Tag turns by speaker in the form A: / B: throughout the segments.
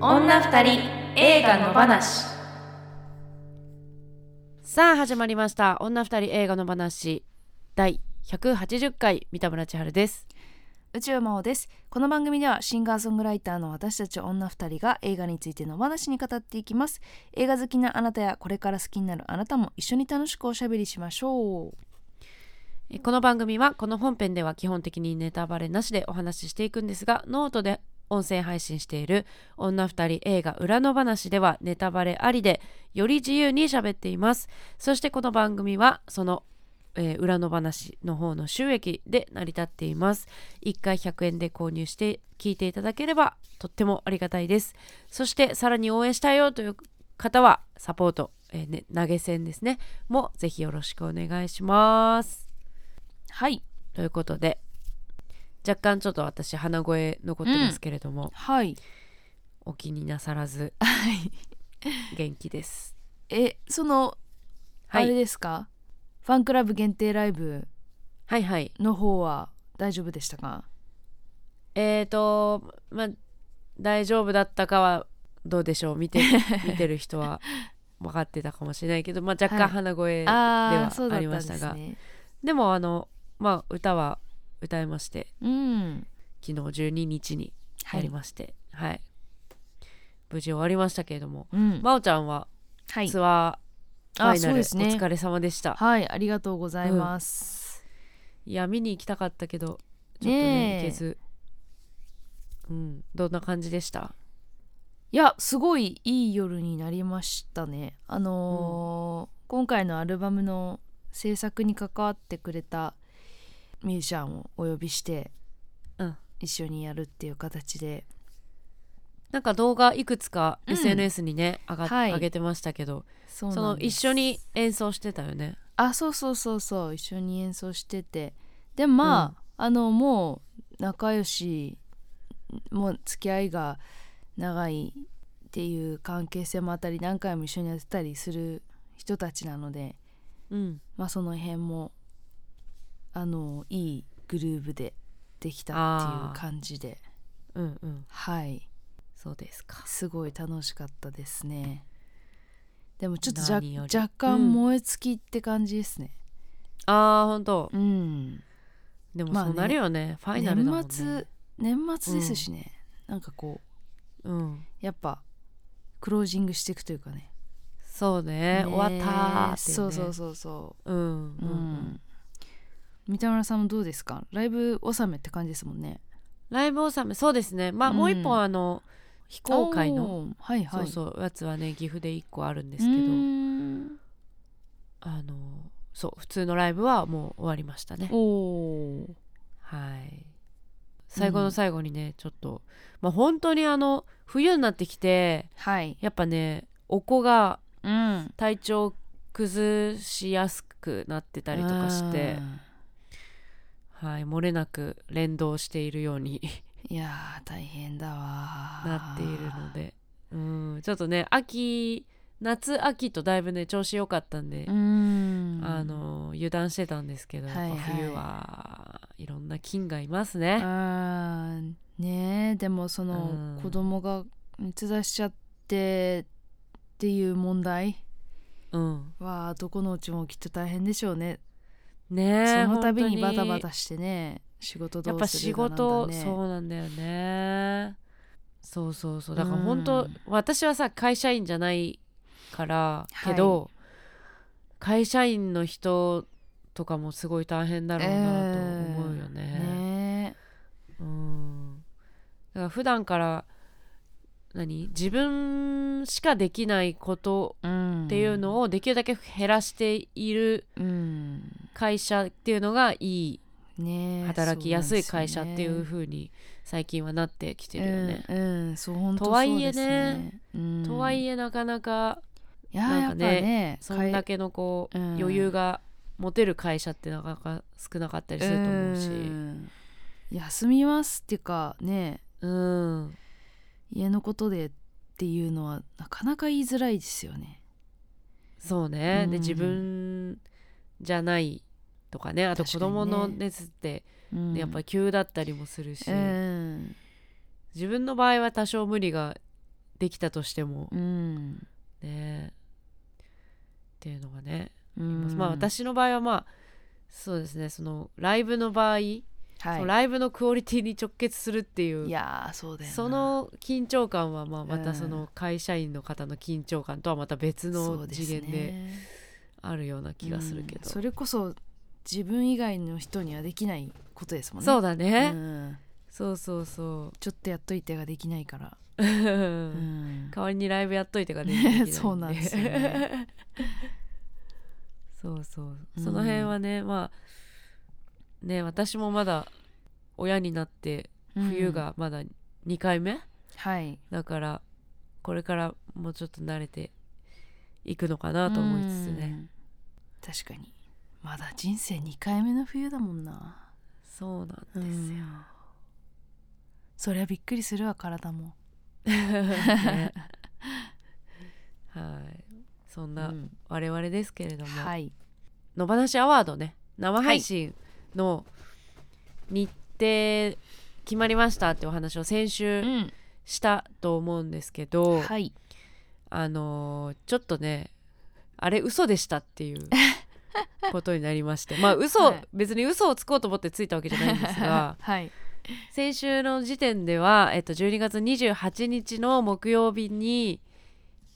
A: た二人映画の話
B: さあ始まりました女二人映画の話第180回三田村千春です
C: 宇宙魔王ですこの番組ではシンガーソングライターの私たち女二人が映画についてのお話に語っていきます映画好きなあなたやこれから好きになるあなたも一緒に楽しくおしゃべりしましょう
B: えこの番組はこの本編では基本的にネタバレなしでお話ししていくんですがノートで音声配信している女二人映画裏の話ではネタバレありでより自由に喋っていますそしてこの番組はその、えー裏の話の方の収益で成り立っています1回100円で購入して聞いていただければとってもありがたいですそしてさらに応援したいよという方はサポート、えーね、投げ銭ですねもぜひよろしくお願いします
C: はい
B: ということで若干ちょっと私鼻声残ってますけれども、
C: はい
B: お気になさら ず元気です
C: えその、
B: は
C: あれ
B: い
C: ですかファンクラブ限定ライブ
B: はいはい
C: の方は大丈夫でしたか
B: えーとまあ大丈夫だったかはどうでしょう 見て見てる人は分かってたかもしれないけど、まあ、若
C: は
B: 干
C: い
B: 鼻声、
C: あ
B: ー
C: あそうだったんで
B: ありまし
C: す
B: たが
C: ね
B: でもあのまあ歌は歌えまして
C: うん
B: 昨日12日に
C: は
B: やり
C: い、
B: ましてはい、無事終わりましたけれども
C: うん
B: 真央ちゃんは
C: はい
B: ツアーフ
C: あ
B: ァイナ
C: そう
B: ル、
C: ですね
B: お疲れ様でした
C: はいありがとうございます、
B: いや見に行きたかったけどちょっとね
C: ね
B: 行
C: え
B: けずうんどんな感じでした
C: いやすごいいい夜になりましたねあのー今回のアルバムの制作に関わってくれたミュージシャンをお呼びして
B: うん
C: 一緒にやるっていう形で、
B: なんか動画いくつか
C: うん
B: SNS にね、上がっ
C: はい
B: 上げてましたけど
C: そう
B: そ
C: な
B: の
C: んで
B: 一
C: す
B: 緒に演奏してたよね
C: あそうそうそうそう一緒に演奏しててでもまあ、あのもう仲良しもう付き合いが長いっていう関係性もあったり何回も一緒にやってたりする人たちなので
B: うん
C: まあその辺もあのいいグルーブでできたっていう感じで
B: うんうん
C: はい
B: そうですか
C: すごい楽しかったですねでもちょっと
B: 何より
C: 若若
B: うん
C: 干燃え尽きって感じですね
B: あーほんと
C: うん
B: でも
C: まあ
B: そう
C: ね
B: なるよね,、ファイナルだもんね
C: 年末年末ですしね、なんかこ
B: うん
C: うやっぱクロージングしていくというかね
B: そうね
C: ね
B: 終わったーっていね
C: そうそうそうそ
B: うんう
C: ううんん、三田村さんもどうですかライブ納めって感じですもんね
B: ライブ納めそうですねまあ、
C: うん
B: もう一本あの非公開の
C: おーはいはい
B: そうそうやつはね岐阜で一個あるんで
C: です
B: けどあのそう普通のライブはもう終わりましたね
C: おおー
B: はい最後の最後にね、ちょっとまあ本当にあの冬になってきて
C: はい
B: やっぱねお子が
C: うん
B: 体調を崩しやすくなってたりとかして
C: あ
B: はい漏れなく連動しているように
C: ーいやー大変だわー
B: なっているのでうんちょっとね秋夏秋とだいぶね調子良かったんで
C: うーん
B: あの油断してたんですけど、
C: はいはい
B: やっぱ冬はいろんな菌がいますね。
C: あーねえでもその、
B: うん
C: 子供が熱出しちゃってっていう問題
B: うん、
C: はどこのうちもきっと大変でしょうね、
B: ねえ
C: その度に
B: 本
C: バ
B: 当
C: タバタしてね仕事
B: や
C: ど
B: っ
C: う
B: ぱ
C: す
B: 仕
C: るかなんだ、
B: 事、
C: ね、
B: そううなんだよね。そうそうそうだから
C: うん
B: 本当、私はさ会社員じゃないからけど、会社員の人とかもすごい大変だろうなと思うよね。
C: ね
B: うんだから普段から何自分しかできないこと
C: えうん、
B: っていうの
C: を、
B: をできるだけ減らしている
C: うん
B: 会社っていうのがいい
C: ねえ、
B: 働きやすい会社っていう
C: ふう
B: 風に最近はなってきてるよね。
C: んうんそう本当
B: とはいえね
C: そうですねうん、
B: とはい
C: え
B: えなかなか
C: いや
B: な
C: ー
B: んか
C: やっぱ
B: ね
C: ね
B: そんだけのこう
C: うん
B: 余裕が持てる会社ってなかなか少なかったりすると思うし、
C: ん休みますっていうかね
B: うん、
C: 家のことでっていうのはなかなか言いづらいですよね
B: そうね、
C: うん
B: で自分じゃないとかねあと子
C: 確かにね
B: 供の熱って、
C: うん
B: やっぱり急だったりもするし、
C: うん
B: 自分の場合は多少無理ができたとしても
C: うん
B: ねっていうのがね、
C: うん
B: まあ私の場合はまあそうですねそのライブの場合、
C: は
B: そ
C: い
B: のライブのクオリティに直結するっていう
C: いやーそうだよな
B: その緊張感はまあま
C: う
B: た
C: ん
B: その会社員の方の緊張感とはまた別
C: そ
B: の
C: う
B: 次元
C: す
B: で
C: ね
B: あるような気がするけど、
C: うんそれこそ自分以外の人にはできないことですもんね
B: そうだね、
C: うん
B: そうそう そう
C: ちょっとやっといてができないから、うん
B: 代わりにライブやっといてがで
C: そうなんですよね
B: そうそう
C: うん
B: その辺はね、まあね私もまだ親になって冬
C: うん
B: がまだ2回目、
C: はい
B: だからこれからもうちょっと慣れていくのかなと思いつつね、
C: うん確かにまだ人生2回目の冬だもんな
B: そうなんですよ、
C: そりゃびっくりするわ体も
B: ねはいそん
C: う
B: なん我々ですけれども、
C: はい
B: 野放しアワードね生配信の日程決まりましたってお話を先週
C: ん
B: したと思うんですけど、
C: はい
B: あのーちょっとねあれ嘘でしたって いうことになりましてまあ嘘、
C: はい
B: 別に嘘をつこうと思ってついたわけじゃないんですが
C: はい
B: 先週の時点では、えっと、12月28日の木曜日に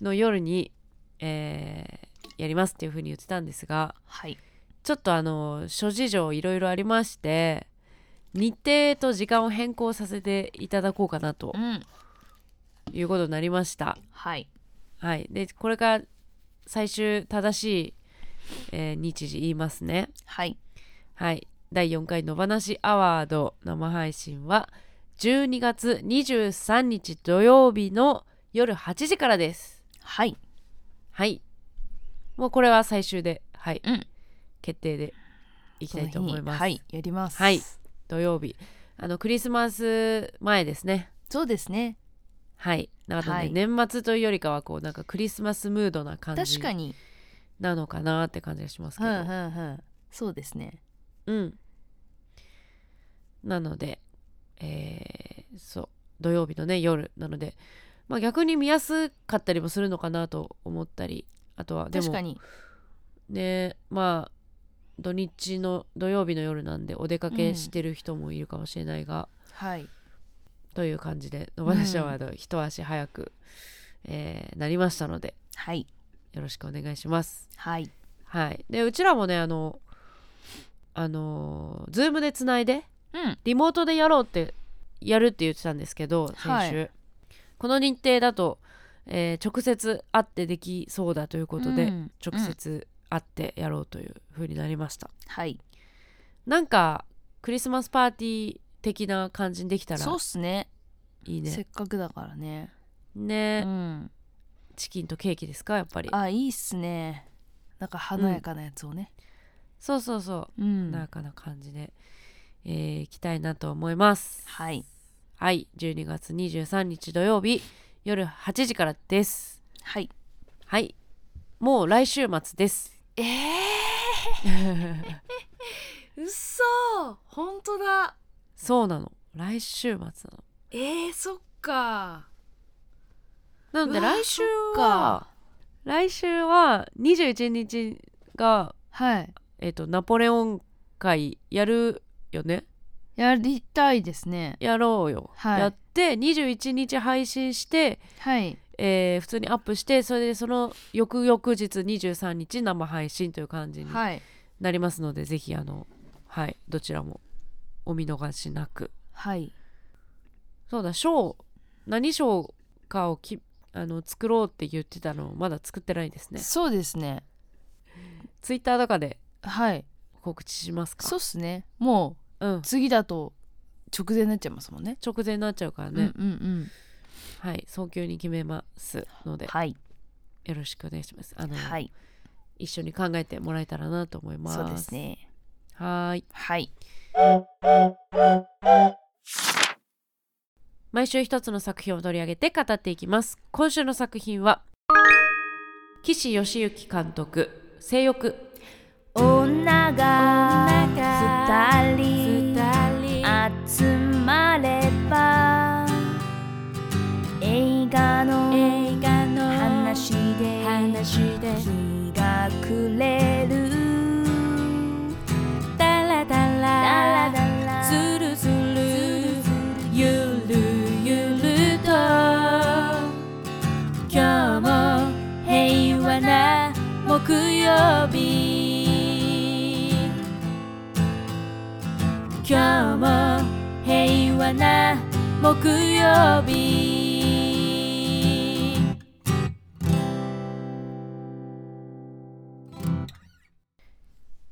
B: の夜に、えーやりますっていうふうに言ってたんですが
C: はい
B: ちょっとあの諸事情いろいろありまして日程と時間を変更させていただこうかなと
C: ん
B: いうことになりました。
C: はい
B: はい、でこれから最終正しい、えー日時言いますね。
C: はい
B: はい、第4回野放しアワード生配信は12月23日土曜日の夜8時からです。
C: はい
B: はい。もうこれは最終で、はい、
C: うん
B: 決定でいきたいと思います。
C: その日にはいやります
B: はい土曜日あのクリスマス前ですね
C: そうですね
B: はいなので、
C: はい
B: 年末というよりかはこうなんかクリスマスムードな感
C: 確
B: じ
C: かに
B: なのかなって感じがしますけ
C: うん
B: ど
C: うんうんそうですね
B: うんなのでえーそう土曜日のね夜なのでまあ逆に見やすかったりもするのかなと思ったりあとはで
C: 確か
B: も
C: に
B: ねまあ土日の土曜日の夜なんでお出かけしてる人もいるかもしれないが、
C: はい
B: という感じで野放しアワード一足早く、えーなりましたので
C: はい
B: よろしくお願いします。
C: はい
B: はい、でうちらもねあのあのズームでつないで
C: うん
B: リモートでやろうってやるって言ってたんですけど先週、
C: は
B: この日程だと、えー直接会ってできそうだということで、
C: うん
B: 直接会ってやろうという風になりました。
C: はい
B: なんかクリスマスパーティー的な感じにできたら
C: そうっすね
B: いい
C: せ
B: ね
C: っ。かくだからねう
B: ね、
C: ん
B: チキンとケーキですかやっぱり。
C: あいいっすねなんか華やかなやつをね
B: そうそうそうう、
C: ん
B: なかな感じで、えー、行きたいなと思います。
C: はい
B: はい、12月23日土曜日夜8時からです。
C: はい
B: はい、もう来週末です。
C: ええ うっそほんとだ
B: そうなの、来週末な
C: えー、そっか
B: の。なので
C: うわ
B: 来週
C: そっ
B: は
C: か
B: 来週は21日が
C: はい
B: えっ、とナポレオン会やるよね。
C: やりたいですね
B: やろうよ。
C: はい
B: やって21日配信して。
C: はい
B: えー普通にアップしてそれでその翌々日23日生配信という感じに
C: はい
B: なりますので、ぜひあのはいどちらもお見逃しなく
C: はい
B: そうだ賞何賞かをきあの作ろうって言ってたのをまだ作ってないですね
C: そうですね
B: ツイッターとかで
C: はい
B: 告知しますか
C: そうっすねも
B: うん
C: う次だと直前になっちゃいますもんね
B: 直前になっちゃうからね、
C: うんうんうん
B: はい早急に決めますので
C: はい
B: よろしくお願いしますあの、
C: はい
B: 一緒に考えてもらえたらなと思います
C: そうですね
B: はーい
C: はい
B: 毎週一つの作品を取り上げて語っていきます今週の作品は岸義行監督性欲
A: 女が
D: 二人集まれば映画の
A: して日が暮れるダラダラズルズルゆるゆると今日も平和な木曜日今日も平和な木曜日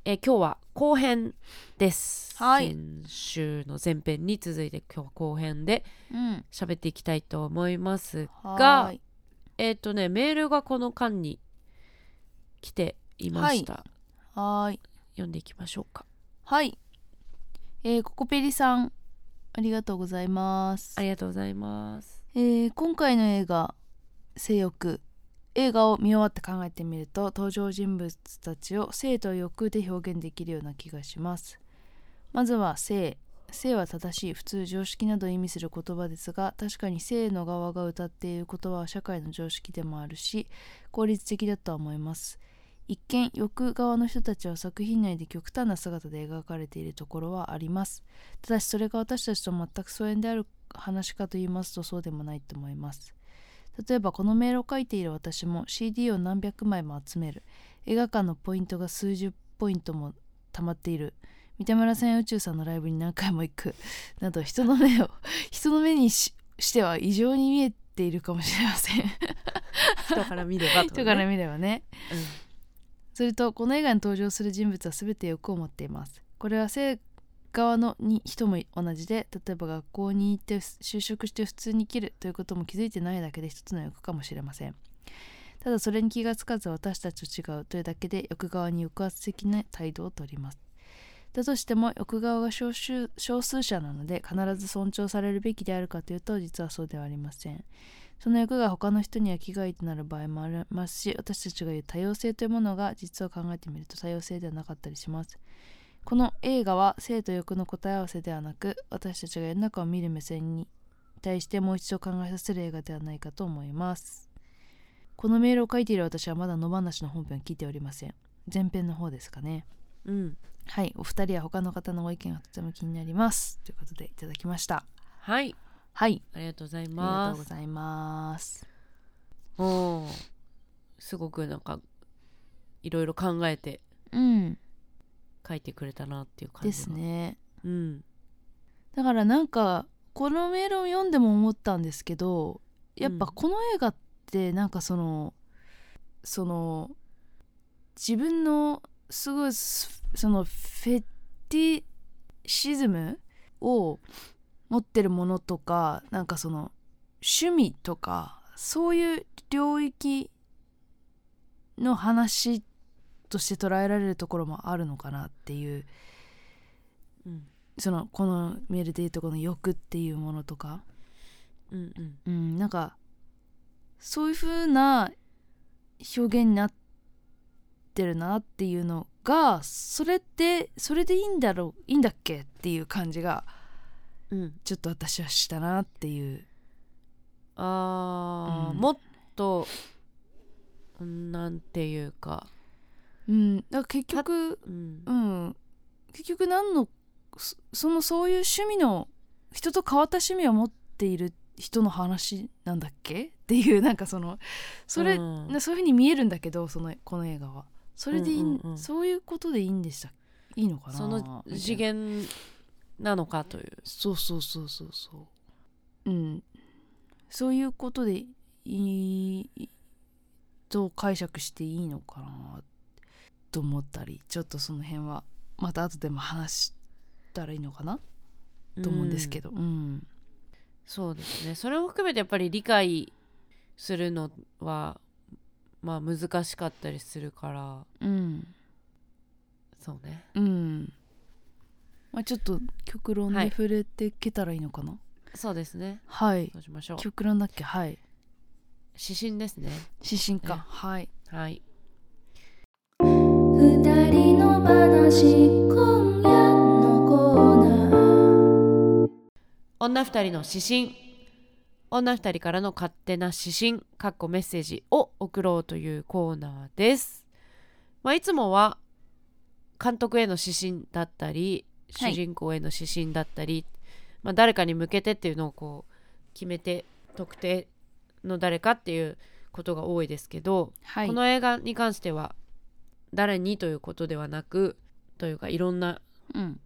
B: えー今日は後編です、
C: はい
B: 先週の前編に続いて今日は後編で
C: うん
B: 喋っていきたいと思います
C: は
B: が
C: ーい
B: えっ、とねメールがこの間に来ていました、
C: はーい
B: 読んでいきましょうか
C: はいえー、ココペリさんありがとうございます
B: ありがとうございます
C: えー今回の映画「性欲」映画を見終わって考えてみると登場人物たちを性と欲で表現できるような気がしますまずは性性は正しい普通常識などを意味する言葉ですが確かに性の側が歌っている言葉は社会の常識でもあるし効率的だとは思います一見欲側の人たちは作品内で極端な姿で描かれているところはありますただしそれが私たちと全く疎遠である話かと言いますとそうでもないと思います例えばこのメールを書いている私も CD を何百枚も集める映画館のポイントが数十ポイントも溜まっている三田村さんや宇宙さんのライブに何回も行く など人の目を人の目にししては異常に見えているかもしれません
B: 人から見ればと
C: 人から見ればね
B: うん
C: それとこの映画に登場する人物は全て欲を持っていますこれは性側のに人も同じで例えば学校に行って就職して普通に生きるということも気づいてないだけで一つの欲かもしれませんただそれに気がつかず私たちと違うというだけで欲側に抑圧的な態度をとりますだとしても欲側が少数少数者なので必ず尊重されるべきであるかというと実はそうではありませんその役が他の人には危害となる場合もありますし私たちが言う多様性というものが実は考えてみると多様性ではなかったりしますこの映画は性と欲の答え合わせではなく私たちが世の中を見る目線に対してもう一度考えさせる映画ではないかと思いますこのメールを書いている私はまだ野放しの本編を聞いておりません前編の方ですかね
B: うん
C: はいお二人や他の方のご意見がとても気になりますということでいただきました
B: はい
C: はい
B: ありがとうござい
C: ありがと
B: ま
C: うご
B: す
C: ざいます
B: おーすごくなんかいろいろ考えて
C: うん
B: 書いてくれたなっていう感じが
C: ですね
B: うん
C: だからなんかこのメールを読んでも思ったんですけどやっぱ
B: うん
C: この映画ってなんかその、その自分のすごいすそのフェティシズムを持ってるものとかなんかその趣味とかそういう領域の話として捉えられるところもあるのかなっていう
B: うん
C: そのこのメールで言うとこの欲っていうものとか、
B: うんうん
C: うん、なんかそういう風な表現になってるなっていうのがそれってそれでいいんだろういいんだっけっていう感じが
B: うん
C: ちょっと私はしたなっていう
B: あー、
C: うん
B: もっとなんていうか、
C: うんだから結局
B: うん
C: うん結局何のそそのそういう趣味の人と変わった趣味を持っている人の話なんだっけっていうなんかそのそれ、
B: うん
C: なそういうふうに見えるんだけどそのこの映画はそれでいい、
B: うんうんうん
C: そういうことでいいんでしたいいのかな
B: その
C: みたいな
B: 次元なのかという
C: そうそうそうそうそううんそういうことでいいと解釈していいのかなと思ったりちょっとその辺はまた後でも話したらいいのかなと思うんですけ
B: ど、
C: どうん
B: そうですねそれも含めてやっぱり理解するのはまあ難しかったりするから
C: うん
B: そうね
C: うんまあちょっと極論
B: は
C: で
B: い
C: 触れていけたらいいのかな
B: そうですね
C: はい
B: そうしましょう
C: 極論だっけはい
B: 指針ですね
C: 指針か
B: ね
C: はい
B: はい
D: 二人の話今夜のコーナー
B: 女二人の指針女二人からの勝手な指針かっこメッセージを送ろうというコーナーです、まあ、いつもは監督への指針だったり
C: はい
B: 主人公への指針だったり、まあ、誰かに向けてっていうのをこう決めて特定の誰かっていうことが多いですけど、
C: はい
B: この映画に関しては誰にということではなくというかいろんな
C: うん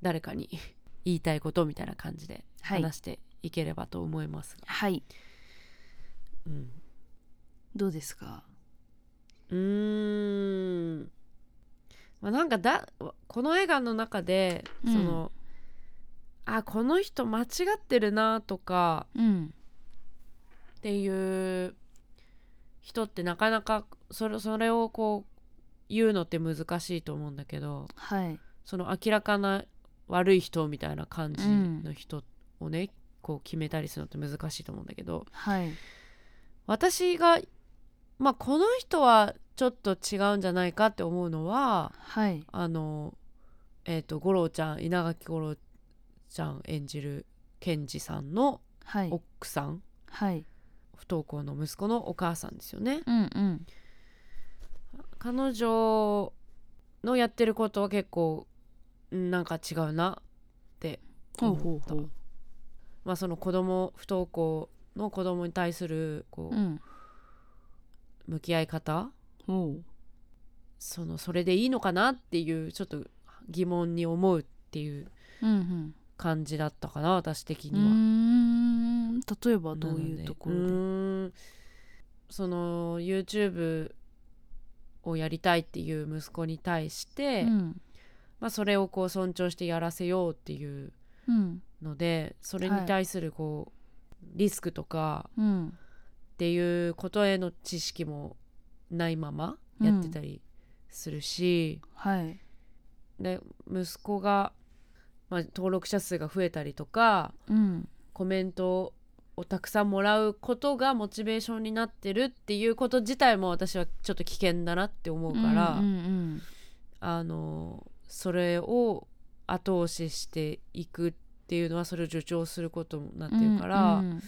B: 誰かに 言いたいことみたいな感じで
C: はい
B: 話していければと思いますが、
C: はい
B: うん
C: どうですか
B: うーん、まあ、なんかだこの映画の中で
C: うん
B: その、あこの人間違ってるなとか
C: うん
B: っていう人ってなかなかそれそれをこう言うのって難しいと思うんだけど
C: はい
B: その明らかな悪い人みたいな感じの人をね、こう決めたりするのって難しいと思うんだけど
C: はい
B: 私がまあこの人はちょっと違うんじゃないかって思うのは
C: はい
B: あのえっ、と五郎ちゃん稲垣吾郎ちゃん演じる賢治さんの
C: はい
B: 奥さん
C: はい
B: 不登校の息子のお母さんですよね。
C: うんうん
B: 彼女のやってることは結構うんなんか違うなって思った
C: ほうほうほう
B: まあ、その子供不登校の子供に対するこ
C: うん
B: う向き合い方、
C: ほう
B: そのそれでいいのかなっていうちょっと疑問に思うっていう
C: うん
B: 感じだったかな私的
C: う
B: には。
C: んうーん例えばどう
B: なの
C: い
B: で
C: うところ
B: う
C: で
B: ーんその YouTube をやりたいっていう息子に対して、
C: うん
B: まあ、それをこう尊重してやらせようっていう
C: うん
B: のでそれに対するこう、リスクとか
C: うん
B: っていうことへの知識もないままやってたりするし、
C: はい
B: で息子が、まあ、登録者数が増えたりとか
C: うん
B: コメントをたくさんもらうことがモチベーションになってるっていうこと自体も私はちょっと危険だなって思うから、
C: うんうん
B: あのそれを後押ししていくっていうのはそれを助長することになっ
C: う
B: て
C: ん
B: るから。
C: うん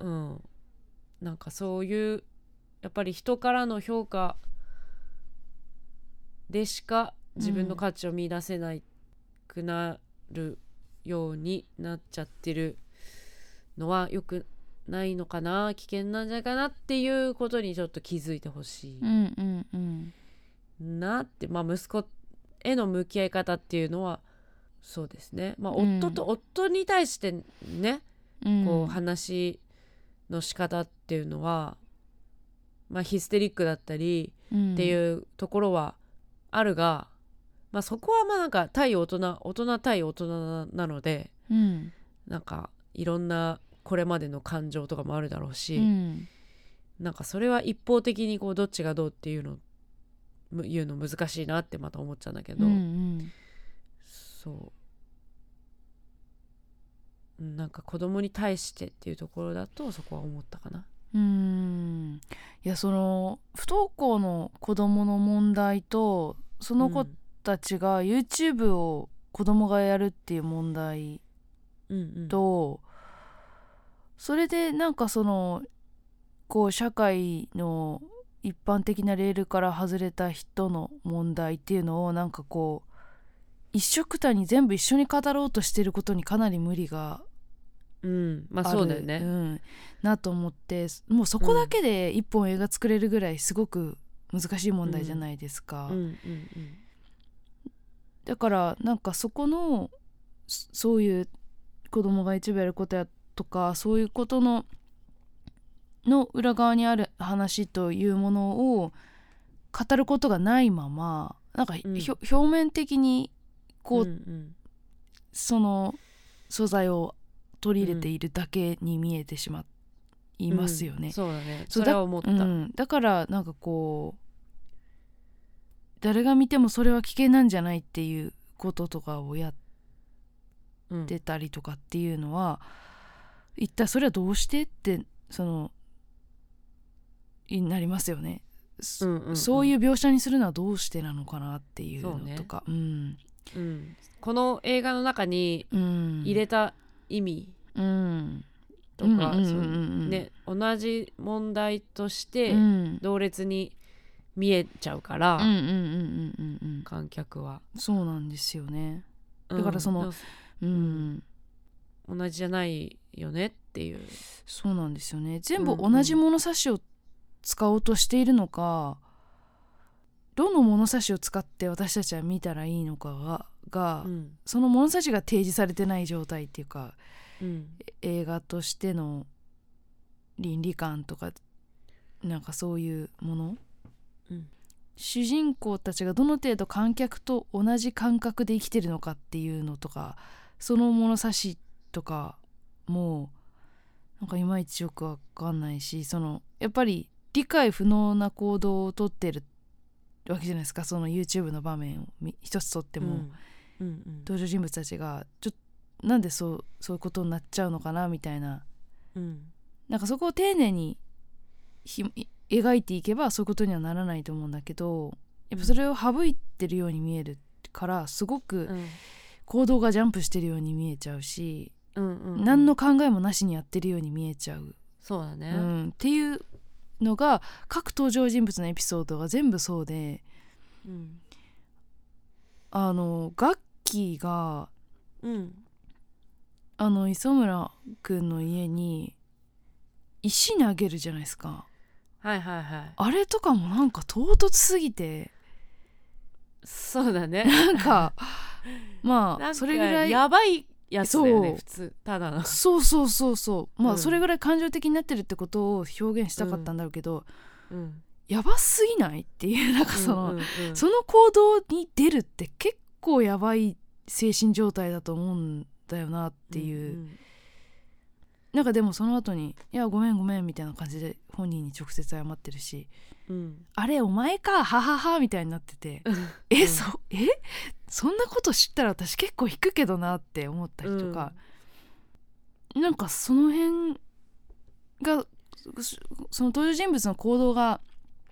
C: うん
B: うん、なんかそういうやっぱり人からの評価でしか自分の価値を見出せなくなるようになっちゃってるのはよくないのかな危険なんじゃないかなっていうことにちょっと気づいてほし
C: うんうんうん
B: いなって、まあ息子への向き合い方っていうのはそうですね、まあ、夫と、
C: う
B: 夫に対してね
C: うん
B: こう話の仕方っていうのは、まあ、ヒステリックだったりって
C: うん
B: いうところはあるが、まあ、そこはまあなんか対大人大人対大人なので
C: うん
B: なんかいろんなこれまでの感情とかもあるだろうし、
C: うん
B: なんかそれは一方的にこうどっちがどうっていうのむ言うの難しいなってまた思っちゃうんだけど、
C: うんうん
B: そううんなんか子供に対してっていうところだとそこは思ったかな。
C: うーんいやその不登校の子供の問題とその子たちが YouTube を子供がやるっていう問題
B: うんうんうん
C: とそれでなんかそのこう社会の一般的なレールから外れた人の問題っていうのをなんかこう一緒くたに全部一緒に語ろうとしてることにかなり無理が
B: うん、まあ
C: あ
B: そうだよ
C: るう
B: ね。
C: ん、なと思ってもうそこだけで一本映画作れるぐらいすごく難しい問題じゃないですか、
B: うんうんうん
C: だからなんかそこのそそういう子供が一部やることやとかそういうことのの裏側にある話というものを語ることがないままなんかひ、
B: うん
C: ひょ表面的にこう、
B: んん
C: その素材を取り入れているだけに見えてしまいますよね。
B: うんそうだね。
C: そ
B: そうれは思った。う
C: うんん、だからなんかこう誰が見てもそれは危険なんじゃないっていうこととかをやっ
B: うん
C: てたりとかっていうのは、一体それはどうしてってそのになりますよね、そ
B: うんうん
C: そういう描写にするのはどうしてなのかなっていう
B: そう
C: の
B: ね
C: とかう,、ん
B: うんこの映画の中に
C: うん
B: 入れた意味
C: うん
B: とか、
C: うんうんうんうん
B: そのね、同じ問題として
C: うん
B: 同列に見えちゃうから、
C: うんうんうんうんうんうん
B: 観客は。
C: そうなんですよねだから
B: うん
C: そのうん、
B: 同じじゃないよねっていう。
C: そうなんですよね全部
B: うんうん
C: 同じ物差しを使おうとしているのか、どの物差しを使って私たちは見たらいいのかがが、
B: うん
C: その物差しが提示されてない状態っていうか
B: うん
C: 映画としての倫理観とかなんかそういうもの、
B: うん
C: 主人公たちがどの程度観客と同じ感覚で生きてるのかっていうのとかその物差しとかもなんかいまいちよくわかんないしそのやっぱり理解不能な行動をとってるわけじゃないですかその YouTube の場面をみ一つとって
B: で
C: も。
B: うんうん
C: 登場人物たちがちょっとなんでそうそういうことになっちゃうのかなみたいな
B: うん
C: なんかそこを丁寧にひ描いていけばそういうことにはならないと思うんだけどやっぱそれを省いてるように見えるからすご
B: う
C: く
B: ん
C: 行動がジャンプしてるように見えちゃうし、
B: うんうん
C: 何の考えもなしにやってるように見えちゃう、
B: そうだ
C: う
B: ね、
C: ん、っていうのが各登場人物のエピソードが全部そうで
B: うん
C: あの楽器が
B: うん
C: あの磯村くんの家に石投げるじゃないですか
B: はいはいはい
C: あれとかもなんか唐突すぎて
B: そうだね
C: なんか ま
B: なん
C: あ
B: か
C: それぐらい
B: やばいやつだよ
C: そ
B: ね
C: う
B: 普通ただの
C: そうそうそうそうま
B: う
C: あ
B: ん
C: それぐらい感情的になってるってことを表現したかったんだろうけど、
B: うん
C: やばすぎないっていうなんかその、
B: うんうんうん
C: その行動に出るって結構やばい精神状態だと思うんだよなっていう。
B: ん
C: なんかでもその後に「いやごめんごめん」みたいな感じで本人に直接謝ってるし
B: うん
C: 「あれお前かははは」みたいになってて
B: うん
C: 「えそえそんなこと知ったら私結構引くけどな」って思ったりとか、なんかその辺がそその登場人物の行動が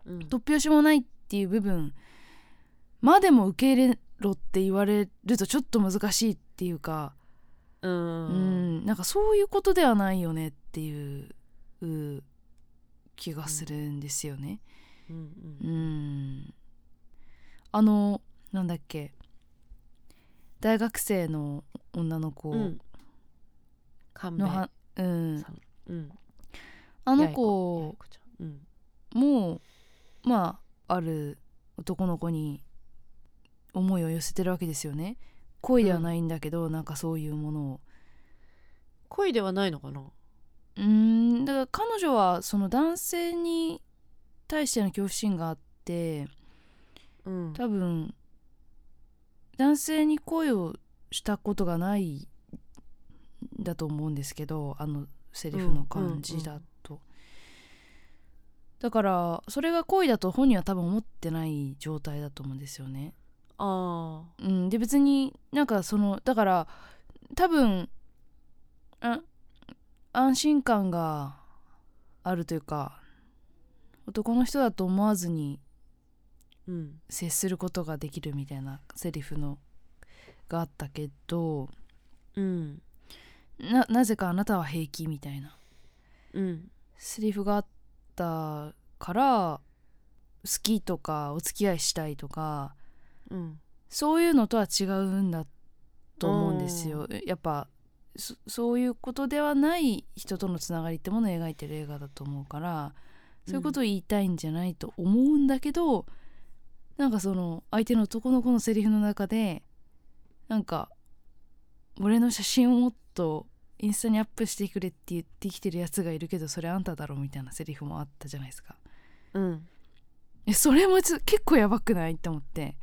B: うんうん
C: 突拍子もないっていう部分までも受け入れろって言われるとちょっと難しいっていうか。
B: う
C: うんん、なんかそういうことではないよねっていうう気がするんですよね。
B: う
C: うんん、あのなんだっけ大学生の女の子
B: う
C: の
B: ん勘弁
C: は、うん
B: さんうん
C: あ
B: あ
C: の子
B: うん
C: もまあある男の子に思いを寄せてるわけですよね。恋ではないんだけど、なんかそういうものを。
B: 恋ではないのかな
C: うーんだから彼女はその男性に対しての恐怖心があって
B: うん
C: 多分男性に恋をしたことがないんだと思うんですけどあのセリフの感じだと、だからそれが恋だと本人は多分思ってない状態だと思うんですよね。
B: あ
C: うん、で別になんかそのだから多分あ安心感があるというか男の人だと思わずに
B: ーうん
C: 接することができるみたいなセリフのがあったけど
B: うん
C: ななぜかあなたは平気みたいな
B: うん
C: セリフがあったから好きとかお付き合いしたいとか
B: うん
C: そういうのとは違うんだと思うんですよ。やっぱそそういうことではない人とのつながりってものを描いてる映画だと思うからそういうことを言いたいんじゃないと思うんだけど、なんかその相手の男の子のセリフの中でなんか「俺の写真をもっとインスタにアップしてくれ」って言ってきてるやつがいるけどそれあんただろみたいなセリフもあったじゃないですか。
B: うん
C: えそれもちょ結構やばくないって思って。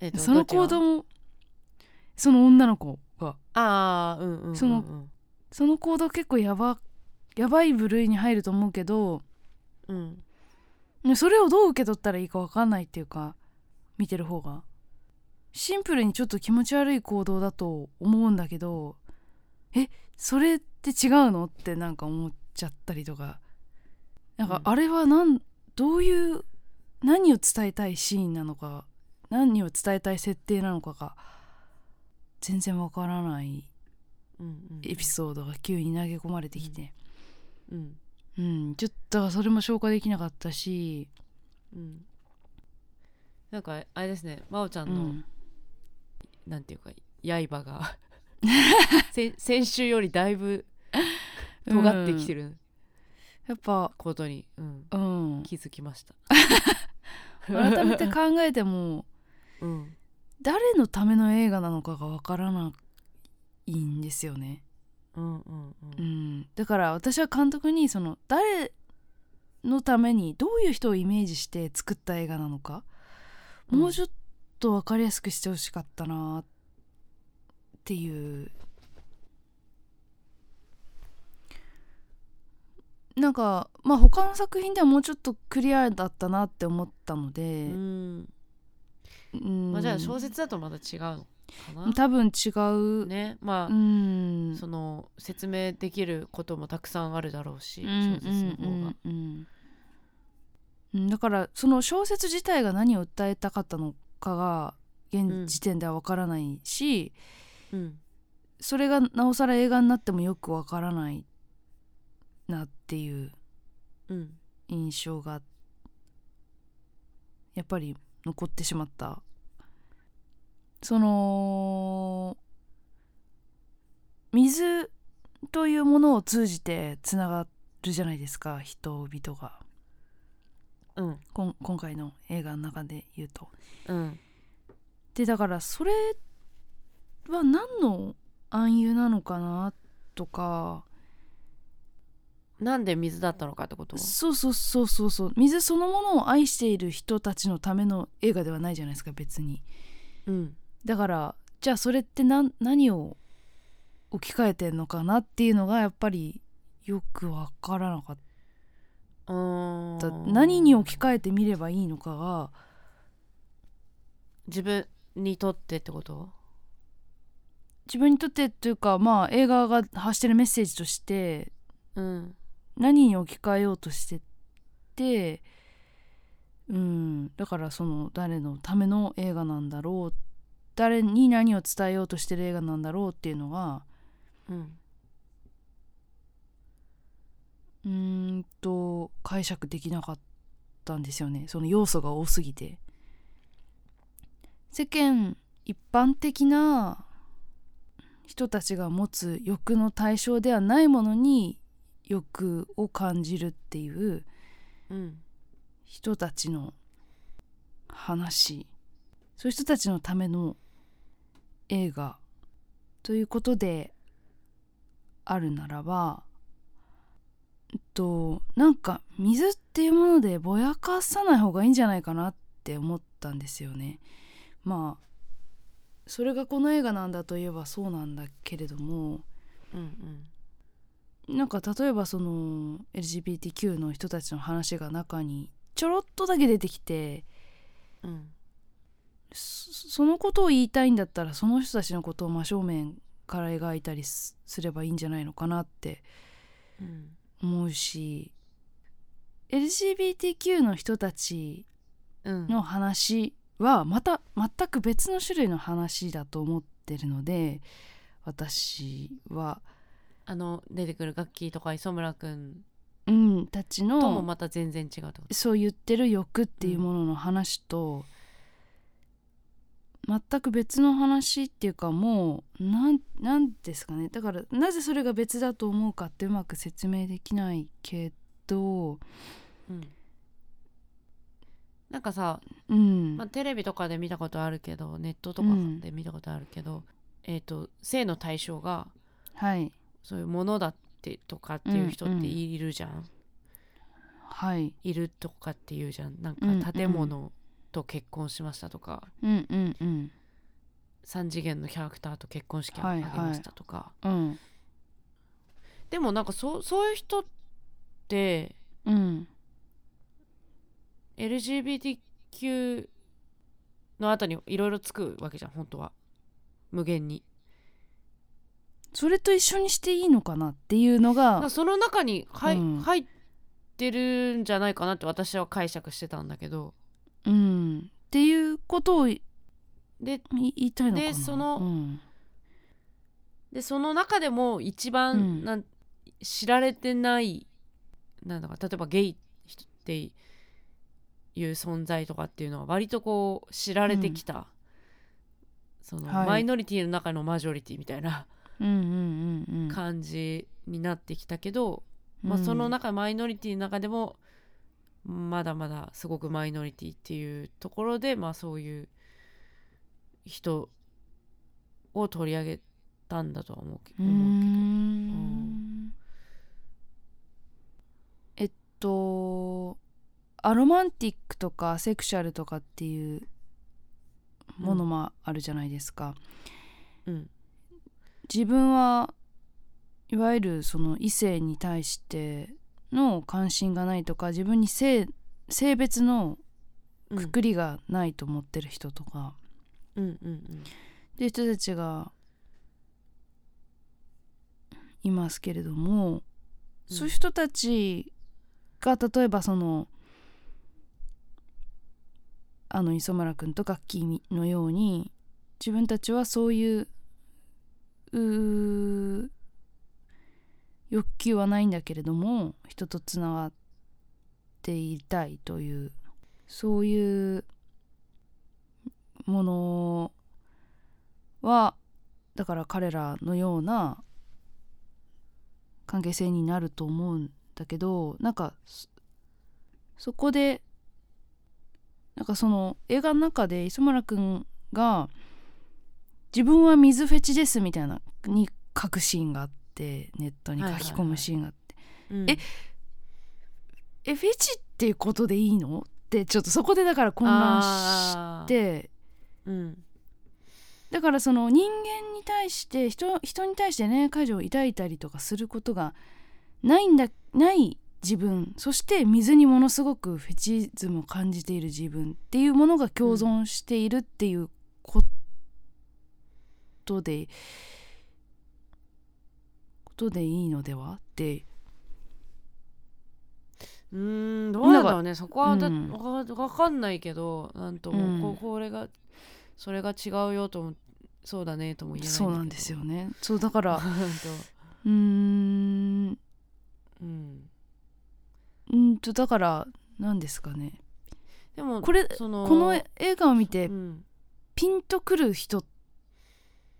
B: えっと
C: その行動もその女の子が
B: ああうんうんうんうん
C: そのその行動結構やばやばい部類に入ると思うけど
B: うん
C: ねそれをどう受け取ったらいいか分かんないっていうか見てる方がシンプルにちょっと気持ち悪い行動だと思うんだけどえそれって違うのってなんか思っちゃったりとかなん
B: う
C: か
B: ん
C: あれはなんどういう何を伝えたいシーンなのか何を伝えたい設定なのかが全然わからない
B: うんうん
C: エピソードが急に投げ込まれてきて、
B: うん
C: うん、ちょっとそれも消化できなかったし、
B: うんなんかあれですね真央ちゃ
C: うん
B: の、
C: ん、
B: なんていうか刃 がせ先週よりだいぶ尖ってきてる
C: やっぱ、
B: ことに、うん
C: うん、
B: 気づきました。
C: 改 めて考えても
B: うん
C: 誰のための映画なのかがわからないんですよね、
B: うんうん
C: う
B: うん
C: ん、だから私は監督にその誰のためにどういう人をイメージして作った映画なのか、もうちょっと分かりやすくしてほしかったなっていうなんかまあ他の作品ではもうちょっとクリアだったなって思ったの
B: う
C: で、
B: ん
C: うん
B: まあ、じゃあ小説だとまた違うのか
C: 多分違う、
B: な。ねまあ、
C: うん
B: その説明できることもたくさんあるだろうし、
C: う
B: 小
C: ん
B: 説の
C: う
B: 方が
C: ん。うんうんだからその小説自体が何を訴えたかったのかが現時点ではわからないし、
B: うん
C: それがなおさら映画になってもよくわからないなっていう
B: うん
C: 印象がやっぱり残ってしまったその水というものを通じてつながるじゃないですか人々が
B: うん
C: こん今回の映画の中で言うと
B: うん
C: でだからそれは何の暗喩なのかなとか
B: なんで水だったのかってこと
C: そうそうそうそうそう水そのものを愛している人たちのための映画ではないじゃないですか別に
B: うん
C: だからじゃあそれって何何を置き換えてんのかなっていうのがやっぱりよく分からなかっ
B: うー
C: た
B: ん
C: 何に置き換えてみればいいのかが
B: 自分にとってってこと
C: 自分にとってというかまあ映画が発してるメッセージとして
B: うん
C: 何に置き換えようとしててうんだからその誰のための映画なんだろう誰に何を伝えようとしてる映画なんだろうっていうのが
B: うん
C: うーんと解釈できなかったんですよねその要素が多すぎて世間一般的な人たちが持つ欲の対象ではないものに欲を感じるっていう
B: うん
C: 人たちの話そういう人たちのための映画ということであるならばえっとなんか水っていうものでぼやかさない方がいいんじゃないかなって思ったんですよね。まあそれがこの映画なんだといえばそうなんだけれども
B: うん
C: なんか例えばその LGBTQ の人たちの話が中にちょろっとだけ出てきて
B: うんうん
C: そそのことを言いたいんだったらその人たちのことを真正面から描いたりすすればいいんじゃないのかなって
B: うん
C: 思うし LGBTQ の人たち
B: うん
C: の話はまた全く別の種類の話だと思ってるので私は、
B: あの出てくる楽器とか磯村くん
C: うん、たちの
B: ともまた全然違うってこと
C: そう言ってる欲っていうものの話と、全く別の話っていうかもうなんなんですかねだからなぜそれが別だと思うかってうまく説明できないけど
B: うんなんかさ、
C: うん、
B: まあ、テレビとかで見たことあるけどネットとか
C: うん
B: で見たことあるけど、えっ、と性の対象が
C: はい
B: そういうものだってとかっていう人
C: うんう
B: っ
C: ん
B: ているじゃん、
C: はい
B: いるとかっていうじゃんなん
C: うんうん
B: か建物と結婚しましたとか、
C: うんうんうん
B: 三次元のキャラクターと結婚式を
C: は
B: 挙
C: い
B: げ
C: はい
B: ましたとか、
C: うん
B: でもなんかそうそういう人って
C: うん
B: LGBTQ の後にいろいろつくわけじゃん本当は無限に
C: それと一緒にしていいのかなっていう
B: な
C: の
B: ん
C: が
B: かその中に入,、
C: うん
B: 入ってるんじゃないかなって私は解釈してたんだけど
C: うんっていうことをい
B: で
C: 言いたいのかな
B: でその
C: うん
B: でその中でも一番、
C: うん
B: なん知られてないなんだか例えばゲイっていう存在とかっていうのは割とこう知られてきた、その
C: はい
B: マイノリティの中のマジョリティみたいな
C: うんうんうんうん
B: 感じになってきたけど、まあ、
C: うん
B: その中マイノリティの中でもまだまだすごくマイノリティっていうところで、まあ、そういう人を取り上げたんだとは思うけ
C: うー
B: 思うけ
C: んえっとアロマンティックとかセクシャルとかっていうものもあるじゃないですか、
B: ど、うん
C: 自分はいわゆるその異性に対しての関心がないとか自分に性性別の
B: うん、
C: くくりがないと思ってる人とか、
B: うんうんうん
C: っていう人たちがいますけれども、
B: うん
C: そういう人たちが例えばそのあの磯村君とか君のように自分たちはそういううー欲求はないんだけれども人とつながっていたいというそういうものはだから彼らのような関係性になると思うんだけどなんかそそこでなんかその映画の中で磯村君が自分は水フェチですみたいなに書くシーンがあってネットに書き込むシーンがあって、
B: うん
C: ええフェチっていうことでいいのってちょっとそこでだから混乱し
B: あー
C: て
B: うん
C: だからその人間に対して人人に対して恋愛感情を抱いたりとかすることがないんだない自分そして水にものすごくフェチズムを感じている自分っていうものが共存しているっていうことで、ことでいいのではって
B: うーんどうなんだろうねそこはだ、
C: うん
B: わかわかんないけどなんとも、
C: うん
B: ここれがそれが違うよともそうだねとも言えない
C: そうなんですよ
B: ね
C: ねそうだから
B: う
C: うーん
B: ん
C: うんとだから何ですかね
B: でも
C: これ
B: その
C: この映画を見て
B: うん
C: ピンとくる人っ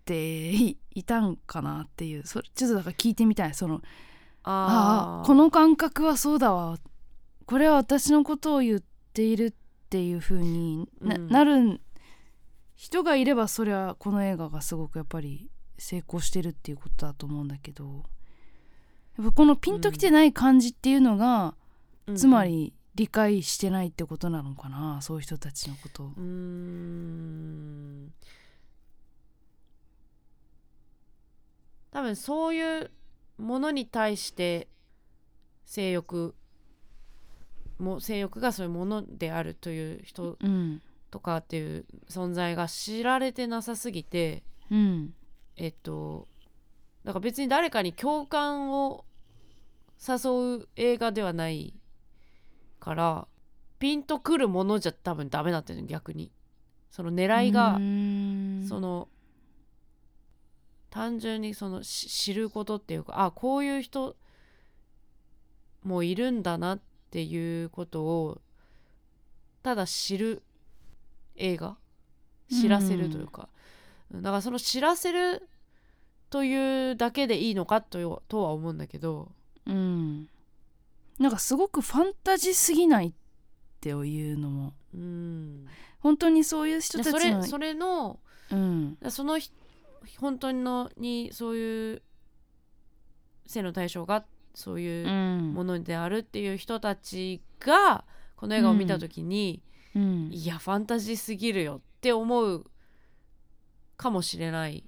C: ていいたんかなっていうそれちょっとだから聞いてみたいそのあ
B: あ
C: あ
B: あ
C: ーこの感覚はそうだわこれは私のことを言っているっていう風にな,、
B: うん
C: なる人がいればそりゃこの映画がすごくやっぱり成功してるっていうことだと思うんだけどやっぱこのピンときてない感じっていうのが、
B: うん
C: つまり理解してないってことなのかなそういう人たちのことを。
B: うーん多分そういうものに対して性欲も性欲がそういうものであるという人
C: うん
B: とかっていう存在が知られてなさすぎて
C: うん
B: えっとだから別に誰かに共感を誘う映画ではないからピンとくるものじゃ多分ダメだってる逆にその狙いうが
C: ーん
B: その単純にそのし知ることっていうかあこういう人もいるんだなっていうことをただ知る映画知らせるというか、うんだからその知らせるというだけでいいのかというとは思うんだけど
C: うん、なんかすごくファンタジーすぎないっていうのも
B: うん
C: 本当にそういう人たち
B: そ
C: の
B: れそれの
C: うん
B: だからそのひ本当のにそういう性の対象がそう
C: う
B: いうんものであるっていう人たちがこの映画を見た時に、
C: うん
B: いやファンタジーすぎるよって思うかもしれない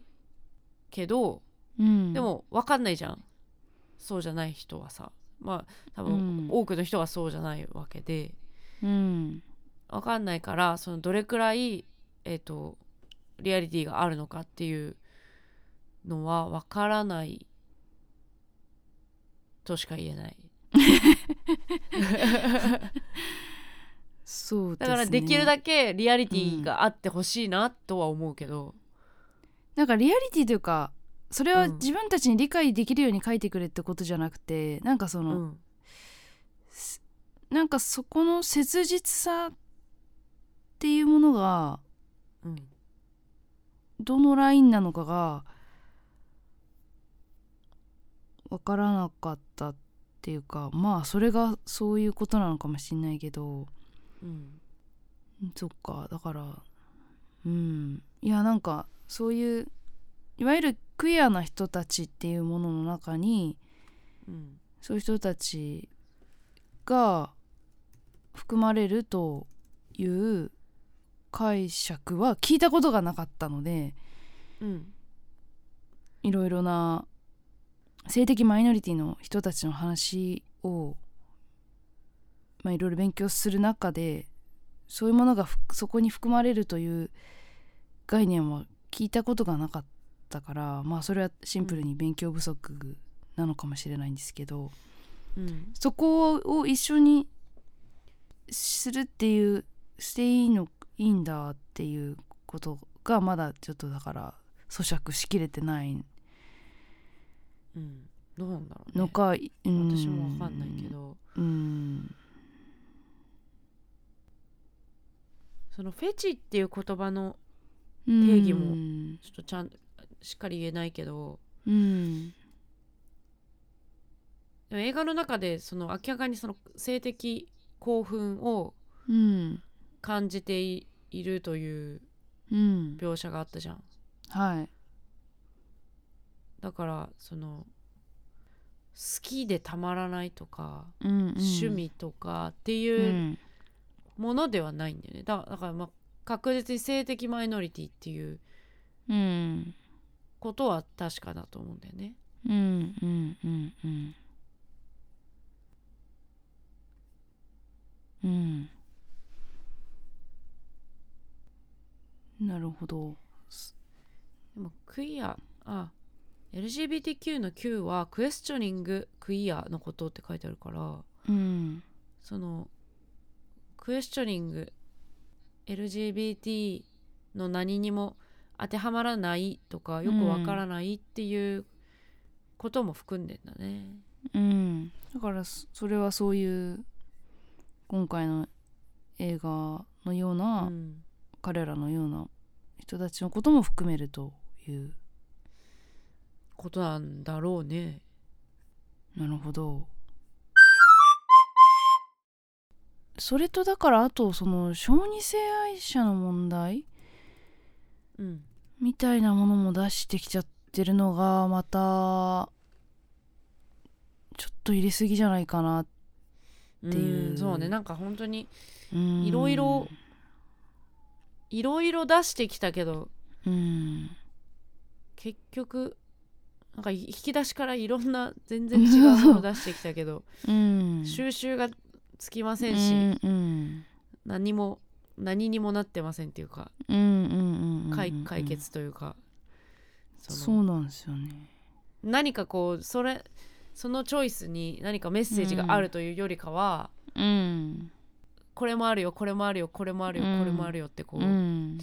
B: けど
C: うん
B: でも分かんないじゃんそうじゃない人はさまあ多
C: う
B: 分
C: ん
B: 多くの人はそうじゃないわけで。
C: うん
B: わかんないからそのどれくらい、えっとリアリティがあるのかっていうのはわからないとしか言えない
C: そう
B: だ
C: です、ね、
B: からできるだけリアリティがあってほしいなとは思うけど、
C: なんかリアリティというかそれは
B: うん
C: 自分たちに理解できるように書いてくれってことじゃなくてなんかそうの、
B: ん
C: すなんかそこの切実さっていうものが
B: うん
C: どのラインなのかが分からなかったっていうかまあそれがそういうことなのかもしれないけど
B: うん
C: そっかだからうんいやなんかそういういわゆるクエアな人たちっていうものの中に
B: うん
C: そういう人たちが含まれるという解釈は聞いたことがなかったので
B: うん
C: いろいろな性的マイノリティの人たちの話を、まあ、いろいろ勉強する中でそういうものがふそこに含まれるという概念は聞いたことがなかったからまあそれはシンプルに勉強不足なのかもしれないんですけど。
B: うん
C: そこを一緒にするっていうしていいのいいんだっていうことがまだちょっとだから咀嚼しきれてない
B: うんどうなんだろうね
C: のか、うん
B: 私もわかんないけど
C: うん
B: そのフェチっていう言葉の
C: 定
B: 義も
C: うん、
B: ちょっとちゃんしっかり言えないけど
C: うん
B: でも映画の中でその明らかにその性的興奮を
C: うん
B: 感じていいるという
C: うん
B: 描写があったじゃん
C: はい
B: だからその好きでたまらないとか、
C: うんうん
B: 趣味とかって
C: う
B: いうんものではないんだよねだだからまあ確実に性的マイノリティっていう
C: うん
B: ことは確かだと思うんだよね
C: うんうんうんうんうんなるほど
B: でもクイアあ LGBTQ の Q はクエスチョニングクイアのことって書いてあるから
C: うん
B: そのクエスチョニング LGBT の何にも当てはまらないとかよくわからないっていうことも含んでんだね。
C: うんだからそそれはそういう今回の映画のよう
B: う
C: な、
B: ん
C: 彼らのような人たちのことも含めるという
B: ことなんだろうね。
C: なるほどそれとだからあとその小児性愛者の問題
B: うん
C: みたいなものも出してきちゃってるのがまたちょっと入れすぎじゃないかな
B: って
C: いう
B: そうねなんか本当に
C: い
B: いろいろいろいろ出してきたけど
C: うん
B: 結局なんか引き出しからいろんな全然違うもの出してきたけど
C: うん
B: 収集がつきませんし、
C: うんうん
B: 何も何にもなってませんっていうか
C: うんうんうんうん
B: 解解決というか、そ
C: そ
B: の
C: うなんですよね
B: 何かこうそれそのチョイスに何かメッセージがあるというよりかは、
C: うん
B: これもあるよこれもあるよこれもあるよ、
C: うん
B: これもあるよってこう、
C: うん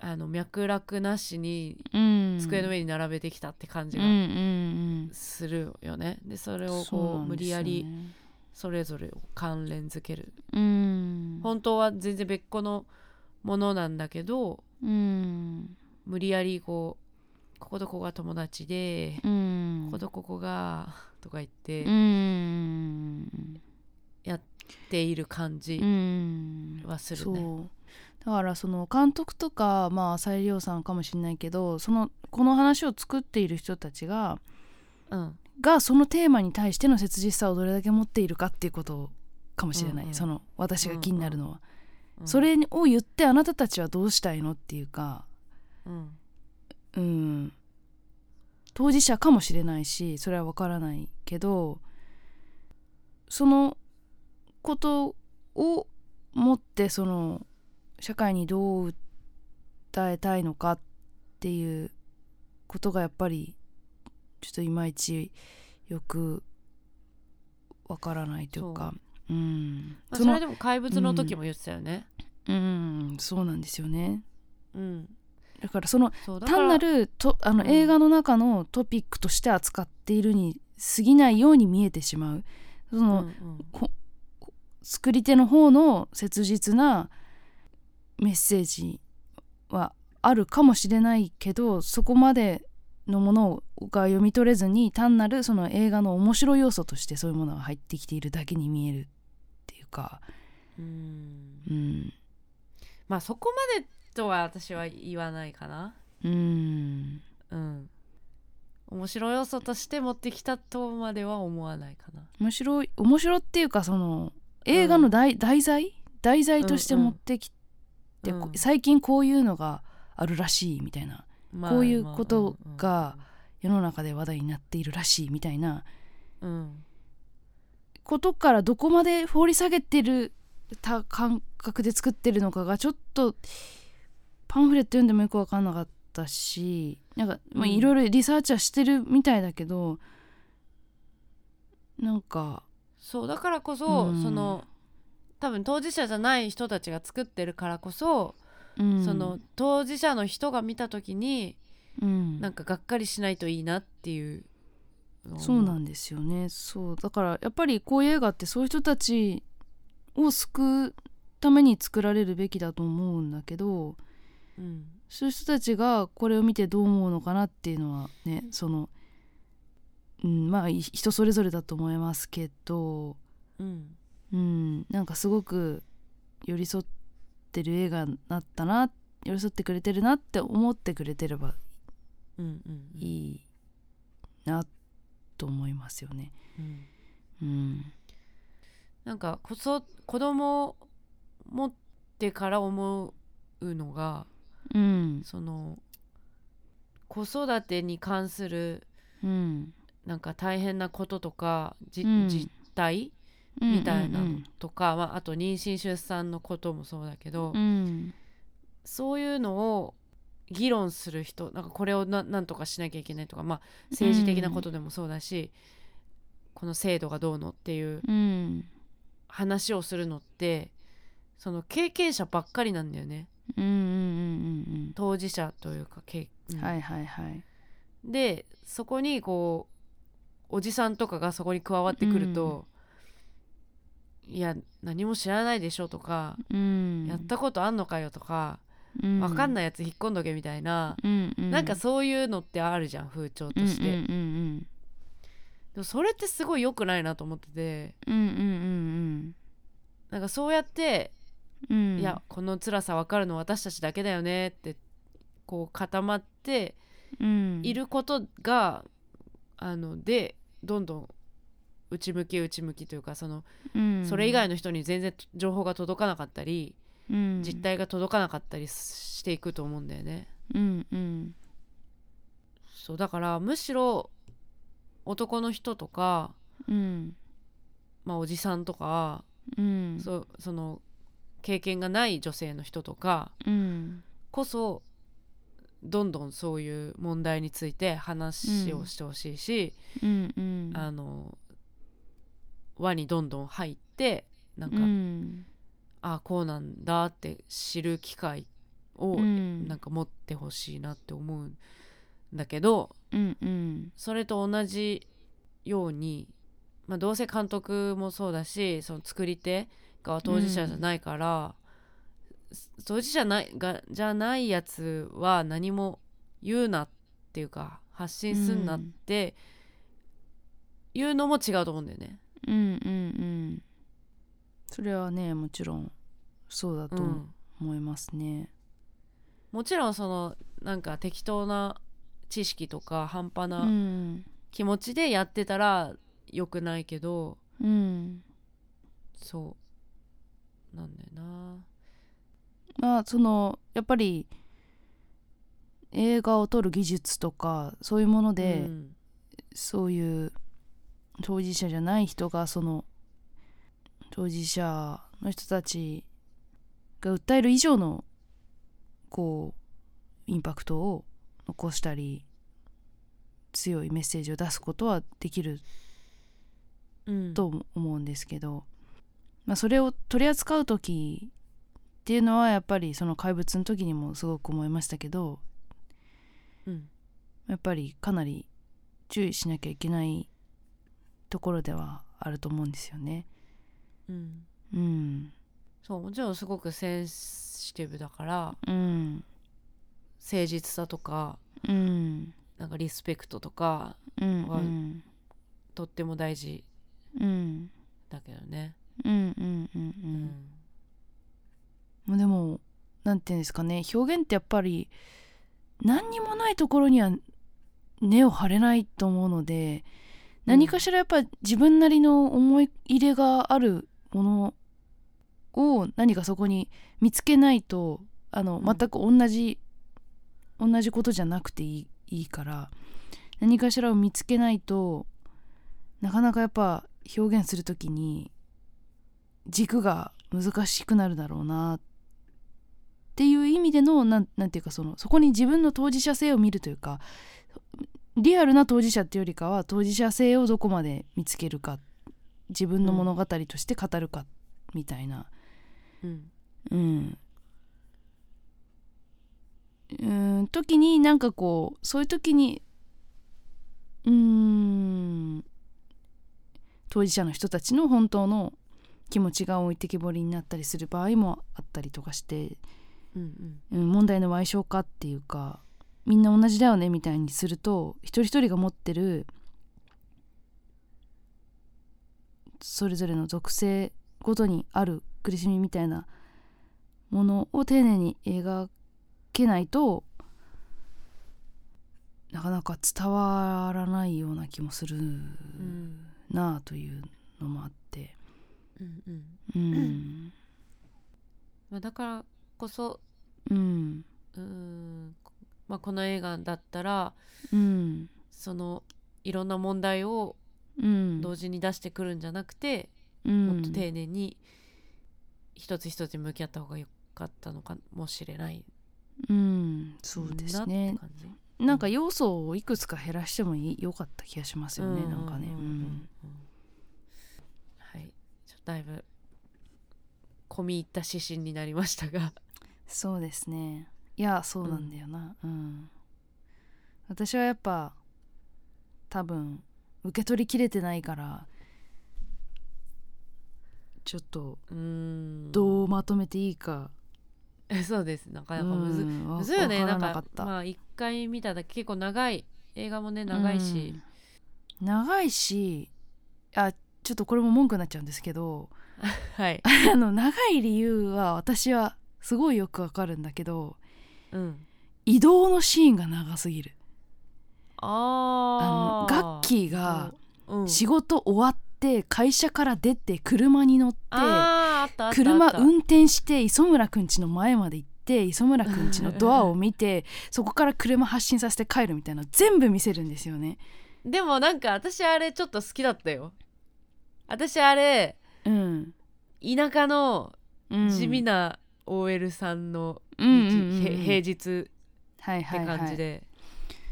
B: あの脈絡なしに
C: うん
B: 机の上に並べてきたって感じ
C: うん
B: が
C: うん
B: するよね。でそれ
C: うん
B: を
C: そう
B: こ
C: な
B: うん無
C: で
B: 理
C: すよ
B: や
C: ね
B: りそれぞれを関連づける。
C: うん
B: 本当は全然別個のものなんだけど
C: うん
B: 無理やりこうこことここが友達で
C: うん
B: こことここがとか言って
C: うん
B: やっている感じ
C: うん
B: はする
C: そ
B: ね。
C: うだからその監督とかまあ浅井亮さんかもしれないけどそのこの話を作っている人たちが
B: うん
C: がそのテーマに対しての切実さをどれだけ持っているかっていうことかもしれない、
B: うんうん
C: その私が気になるの
B: うん
C: は、それを言ってあなたたちはどうしたいのっていうか
B: うん
C: うん当事者かもしれないしそれは分からないけどそのことをもってその社会にどう訴えたいのかっていうことがやっぱりちょっといまいちよく分からないというかうん
B: まあ、
C: そ
B: そ
C: の
B: れでも怪物の時も言ってたよね。
C: うんそうなんですよね
B: うん、
C: だからその
B: そうだから
C: 単なるとあの
B: うん
C: 映画の中のトピックとして扱っているに過ぎないように見えてしまうそ
B: うん
C: の、
B: うん
C: 作り手の方の切実なメッセージはあるかもしれないけどそこまでのものが読み取れずに単なるその映画の面白い要素としてそういうものが入ってきているだけに見えるっていうか、
B: うん
C: うん、
B: まあそこまでとは私は言わないかな
C: うん、
B: うん面白い要素として持ってきたとまでは思わないかな
C: 面白い面白っていうかその映画の題,、題材題材として持ってきて、
B: うん
C: こ最近こういうのがあるらしいみたいな
B: まあ
C: こういうこと
B: ま
C: が
B: あ
C: 世の中で話題になっているらしいみたいな
B: うんうんうん
C: ことからどこまで放り下げてるた感覚で作ってるのかがちょっとパンフレット読んでもよく分かんなかったしなんかまあ
B: うん
C: いろいろリサーチはしてるみたいだけど、なんか
B: そうだからこそ、
C: うん
B: その多分当事者じゃない人たちが作ってるからこそ、
C: うん
B: その当事者の人が見た時に
C: うん
B: なんかがっかりしないといいなっていうのを
C: そうなんですよねそうだからやっぱりこういう映画ってそういう人たちを救うために作られるべきだと思うんだけど、
B: うん
C: そういう人たちがこれを見てどう思うのかなっていうのはねその、うん、まあい人それぞれだと思いますけど、
B: うん
C: うん、なんかすごく寄り添ってる映画になったな寄り添ってくれてるなって思ってくれてれば
B: うんうん
C: いいなと思いますよね。
B: うん
C: うん、
B: なんかこそ子供を持ってから思うのが
C: うん
B: その子育てに関する
C: うん
B: なんか大変なこととかじ、
C: うん
B: 実態みたいな
C: う
B: の
C: ん
B: とか、まあ、あと妊娠出産のこともそうだけど、
C: うん
B: そういうのを議論する人なんかこれをななんとかしなきゃいけないとか、まあ、政治的なことでもそうだし、この制度がどうのっていう
C: うん
B: 話をするのってその経験者ばっかりなんだよね
C: うんうんうんうん
B: 当事者というか経、う
C: うん
B: ん
C: はいはいはい。
B: でそこにこうおじさんとかがそこに加わってくると、いや何も知らないでしょとか、
C: うん、
B: やったことあんのかよとか、
C: うん
B: わかんないやつ引っ込んどけみたいな、
C: うんうん、
B: なんかそういうのってあるじゃん風潮として、
C: うんうん
B: でもそれってすごい良くないなと思ってて
C: うんうんうん
B: なんかそうやって、
C: うんうん
B: いやこの辛さ分かるの私たちだけだよねってこう固まって
C: うん
B: いることが、あのでどんどん内向き内向きというかその、
C: うん
B: それ以外の人に全然情報が届かなかったり、
C: うん
B: 実態が届かなかったりしていくと思うんだよね。
C: うんうん
B: そうだからむしろ男の人とか、
C: うん
B: まあ、おじさんとか
C: うん
B: そその経験がない女性の人とか
C: うん
B: こそどんどんそういう問題について話をしてほしいし、
C: うんうん
B: あの輪にどんどん入ってなんか、
C: うん
B: あこうなんだって知る機会を
C: うん
B: なんか持ってほしいなって思うんだけど
C: うんうん
B: それと同じように、まあ、どうせ監督もそうだしその作り手が当事者じゃないから、当事者ないがじゃないやつは何も言うなっていうか発信すんなって言うのも違うと思うんだよね。
C: うんうんうんそれはねもちろんそうだ
B: う
C: と
B: ん、
C: 思いますね
B: もちろんそのなんか適当な知識とか半端
C: う
B: な、
C: ん
B: 気持ちでやってたら良くないけど
C: うん
B: そうなんだよな
C: まあそのやっぱり映画を撮る技術とかそういうもので、
B: うん
C: そういう当事者じゃない人がその当事者の人たちが訴える以上のこうインパクトを残したり強いメッセージを出すことはできる
B: うん、
C: と思うんですけど、まあ、それを取り扱う時っていうのはやっぱりその怪物の時にもすごく思いましたけど
B: うん
C: やっぱりかなり注意しなきゃいけないところではあると思うんですよね。
B: うん、
C: うん、
B: そうもちろんすごくセンシティブだから
C: うん、
B: 誠実さとか
C: うん、
B: なんかリスペクトとか
C: うん、
B: は
C: うん、
B: とっても大事
C: うん、
B: だけどね。
C: うん、うん、う、
B: うんん
C: うん。でも、なんていうんですかね、表現ってやっぱり何にもないところには根を張れないと思うので、何かしらやっぱり自分なりの思い入れがあるものを何かそこに見つけないと、あの、
B: ん
C: 全く同じ、同じことじゃなくていいいいから、何かしらを見つけないとなかなかやっぱ表現するときに軸が難しくなるだろうなっていう意味でのなんなんていうかそのそこに自分の当事者性を見るというかリアルな当事者っていうよりかは当事者性をどこまで見つけるか自分の物語として語るかみたいな、
B: うん
C: うん、うーん時になんかこうそういう時にうーん当事者の人たちの本当の気持ちが置いてけぼりになったりする場合もあったりとかして、
B: うんうん
C: うん、問題の賠償化っていうかみんな同じだよねみたいにすると一人一人が持ってるそれぞれの属性ごとにある苦しみみたいなものを丁寧に描けないとなかなか伝わらないような気もする
B: うん
C: なあというのもあって、
B: うんうん
C: うん、
B: まあだからこそ
C: うん、
B: うーん、まあ、この映画だったら
C: うん、
B: そのいろんな問題を
C: うん、
B: 同時に出してくるんじゃなくて、
C: うん、
B: もっと丁寧に一つ一つ向き合った方が良かったのかもしれない
C: うん、そうです
B: なっ
C: ね
B: て。感じ
C: なんか要素をいくつか減らしてもいい良かった気がしますよね。
B: う
C: なんかね、
B: う
C: う、
B: うんうんはいちょっとだいぶ込み入った指針になりましたが
C: そうですね。いや、そうなんだよな。うん、私はやっぱ多分受け取りきれてないから、ちょっと
B: うーんう
C: どうまとめていいか、
B: そうですなか
C: う
B: なかむず、
C: んわ
B: むずいよねな
C: わか
B: ん
C: らな
B: か
C: かった。
B: まあ一回見ただけ結構長い映画もね長いし、
C: うん、長いし、あ、ちょっとこれも文句になっちゃうんですけど。
B: はい、
C: あの長い理由は私はすごいよくわかるんだけど
B: うん、
C: 移動のシーンが長すぎる
B: あ
C: あの
B: ー
C: ガッキーが
B: うん
C: 仕事終わって会社から出て車に乗って
B: あーあったあった
C: 車
B: あった
C: 運転して磯村くんちの前まで行って磯村くんちのドアを 見てそこから車発進させて帰るみたいな全部見せるんですよね。
B: でもなんか私あれちょっと好きだったよ私あれ
C: うん
B: 田舎の
C: うん
B: 地味な OL さんの
C: う
B: 日、
C: んうんうん
B: へ平日って
C: はいはいはい
B: 感じで、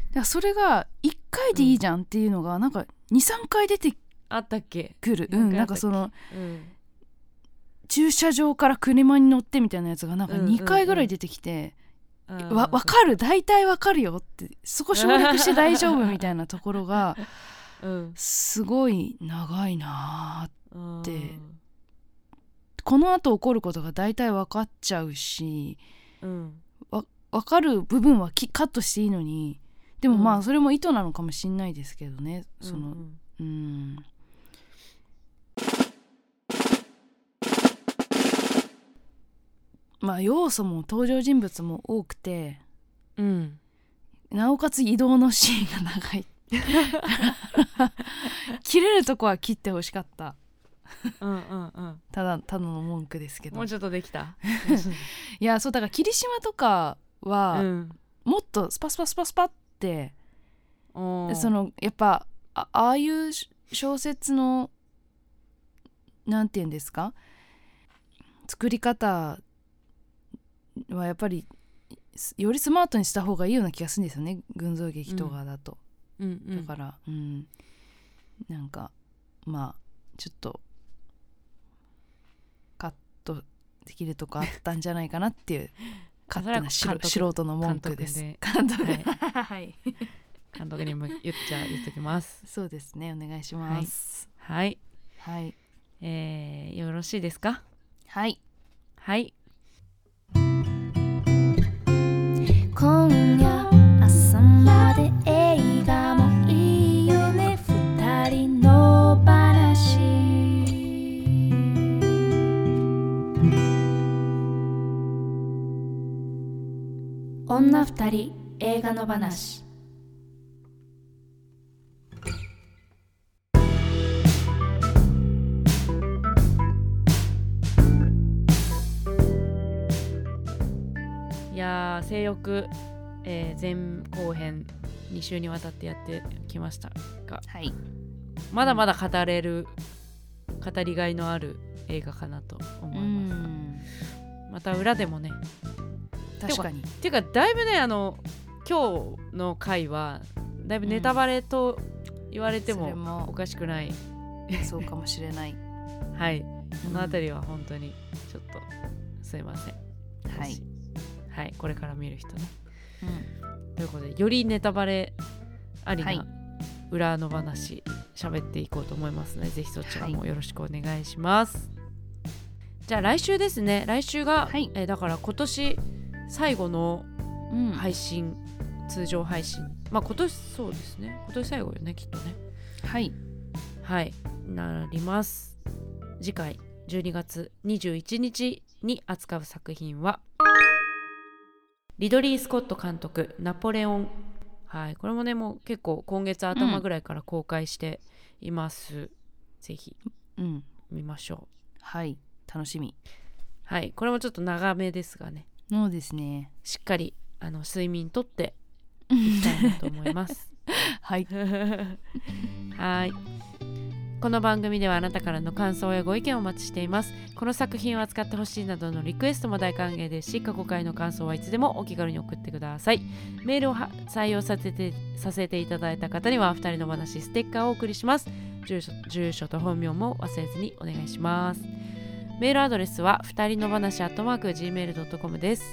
C: だからそれが1回でいいじゃんっていうのがなんか23回出て
B: あったっけ、
C: くる、う
B: なん
C: ん、
B: か
C: なんかその
B: うん、
C: 駐車場から車に乗ってみたいなやつがなんか
B: うんうんうん
C: 2回ぐらい出てきて、
B: あ
C: わ
B: ー
C: わかる大体わかるよってそこ省 略して大丈夫みたいなところが
B: うん
C: すごい長いなあ
B: うん
C: てこのあと起こることが大体わかっちゃうし
B: うん
C: わかる部分はきカットしていいのにでもま
B: う
C: あ
B: ん
C: それも意図なのかもしんないですけどねそ
B: う
C: の、
B: んうん
C: うんまあ要素も登場人物も多くて
B: うん
C: なおかつ移動のシーンが 長い切れるとこは切ってほしかった
B: うんうん
C: ただただの文句ですけ
B: うん
C: ど
B: もうちょっとできた、
C: いやそうだから霧島とかは、
B: うん、
C: もっとスパスパスパスパって
B: おー
C: そのやっぱあああいう小説のなんて言うんですか作り方はやっぱりすよりスマートにした方がいいような気がするんですよね群像劇とかだと、
B: うん
C: だからうんなんかまあちょっと カットできるとこあったんじゃないかなっていう勝手な
B: それは監
C: 素
B: 督
C: 素人の文句です
B: 監
C: 監督
B: で
C: はい
B: 監督にも言っちゃ言っときます
C: そうですねお願いします
B: はい、
C: はい
B: えー、よろしいですか
C: はい
B: はい
D: 今夜朝まで映画もいいよね二人の話女二人映画の話
B: いやー性欲、えー、前後編2週にわたってやってきましたが
C: はい
B: まだまだ語れる語りがいのある映画かなと思
C: う
B: います、
C: ん
B: また裏でもね
C: 確かに
B: ていうかだいぶねあの今日の回はだいぶネタバレと言われて
C: それ
B: もお
C: も
B: かしくない、
C: そうかもしれ ない
B: はいこの辺
C: り
B: りは本当にちょっとすいません
C: はい
B: はいこれから見る人ね
C: うん
B: ということでよりネタバレあり
C: はい
B: な裏の話喋っていこうと思いますのでぜひそちらもよろしくお願いします、じゃあ来週ですね来週が、
C: はい
B: えーだから今年最後の
C: うん
B: 配信、通常配信まあ今年そうですね今年最後よねきっとね
C: はい
B: はいなります次回12月21日に扱う作品はリドリー・スコット監督「ナポレオン」はいこれもねもう結構今月頭ぐらいから公開しています、ぜひ
C: うん
B: 見ましょう
C: はい楽しみ
B: はいこれもちょっと長めですがね
C: そうです ね
B: しっかりあの睡眠とっていきたいなと思います
C: はい
B: はい。この番組ではあなたからの感想やご意見をお待ちしています。この作品を扱ってほしいなどのリクエストも大歓迎ですし、過去回の感想はいつでもお気軽に送ってください。メールをは採用させてさせていただいた方には、二人の話ステッカーをお送りします。住所住所と本名も忘れずにお願いします。メールアドレスは、二人の話アットマーク gmail.com です。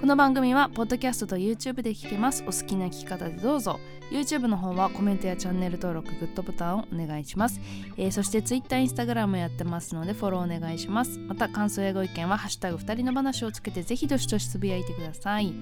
C: この番組はポッドキャストと YouTube で聞けますお好きな聞き方でどうぞ YouTube の方はコメントやチャンネル登録グッドボタンをお願いします、えーそして Twitter、Instagram やってますのでフォローお願いしますまた感想やご意見は「ハッシュタグ二人の話」をつけてぜひどしどしつぶやいてください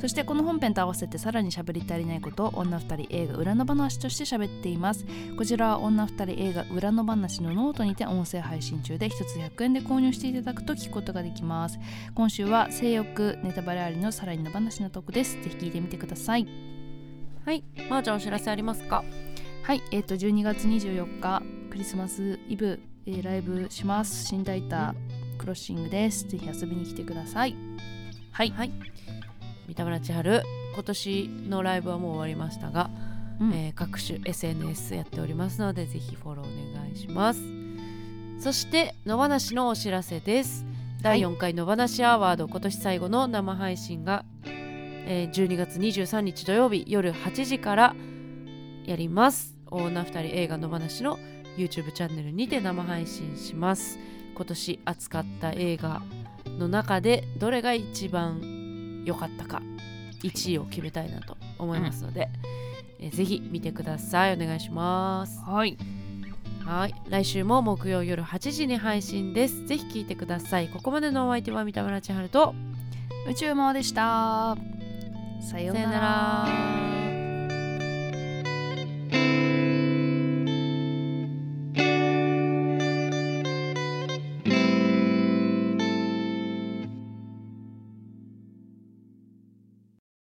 C: そしてこの本編と合わせてさらに喋り足りないことを女二人映画裏の話として喋っていますこちらは女二人映画裏の話のノートにて音声配信中で1つ100円で購入していただくと聞くことができます今週は性欲ネタバレありのさらにの話のトークですぜひ聞いてみてください
B: はい。まー、ちゃんお知らせありますか
C: はいえっ、と12月24日クリスマスイブ、えーライブします新大田クロッシングですぜひ遊びに来てくださいはい、
B: はい、三田村千春今年のライブはもう終わりましたが、
C: うん
B: えー各種 SNS やっておりますのでぜひフォローお願いしますそして野放しのお知らせです第4回野放しアワード、今年最後の生配信が、えー12月23日土曜日夜8時からやります女二人映画野放しの YouTube チャンネルにて生配信します今年扱った映画の中でどれが一番良かったか1位を決めたいなと思いますので、えーぜひ見てくださいお願いします
C: はい、
B: はい来週も木曜夜8時に配信ですぜひ聞いてくださいここまでのお相手は三田村千春と
C: 宇宙魔王でしたさような
B: さよ
C: ら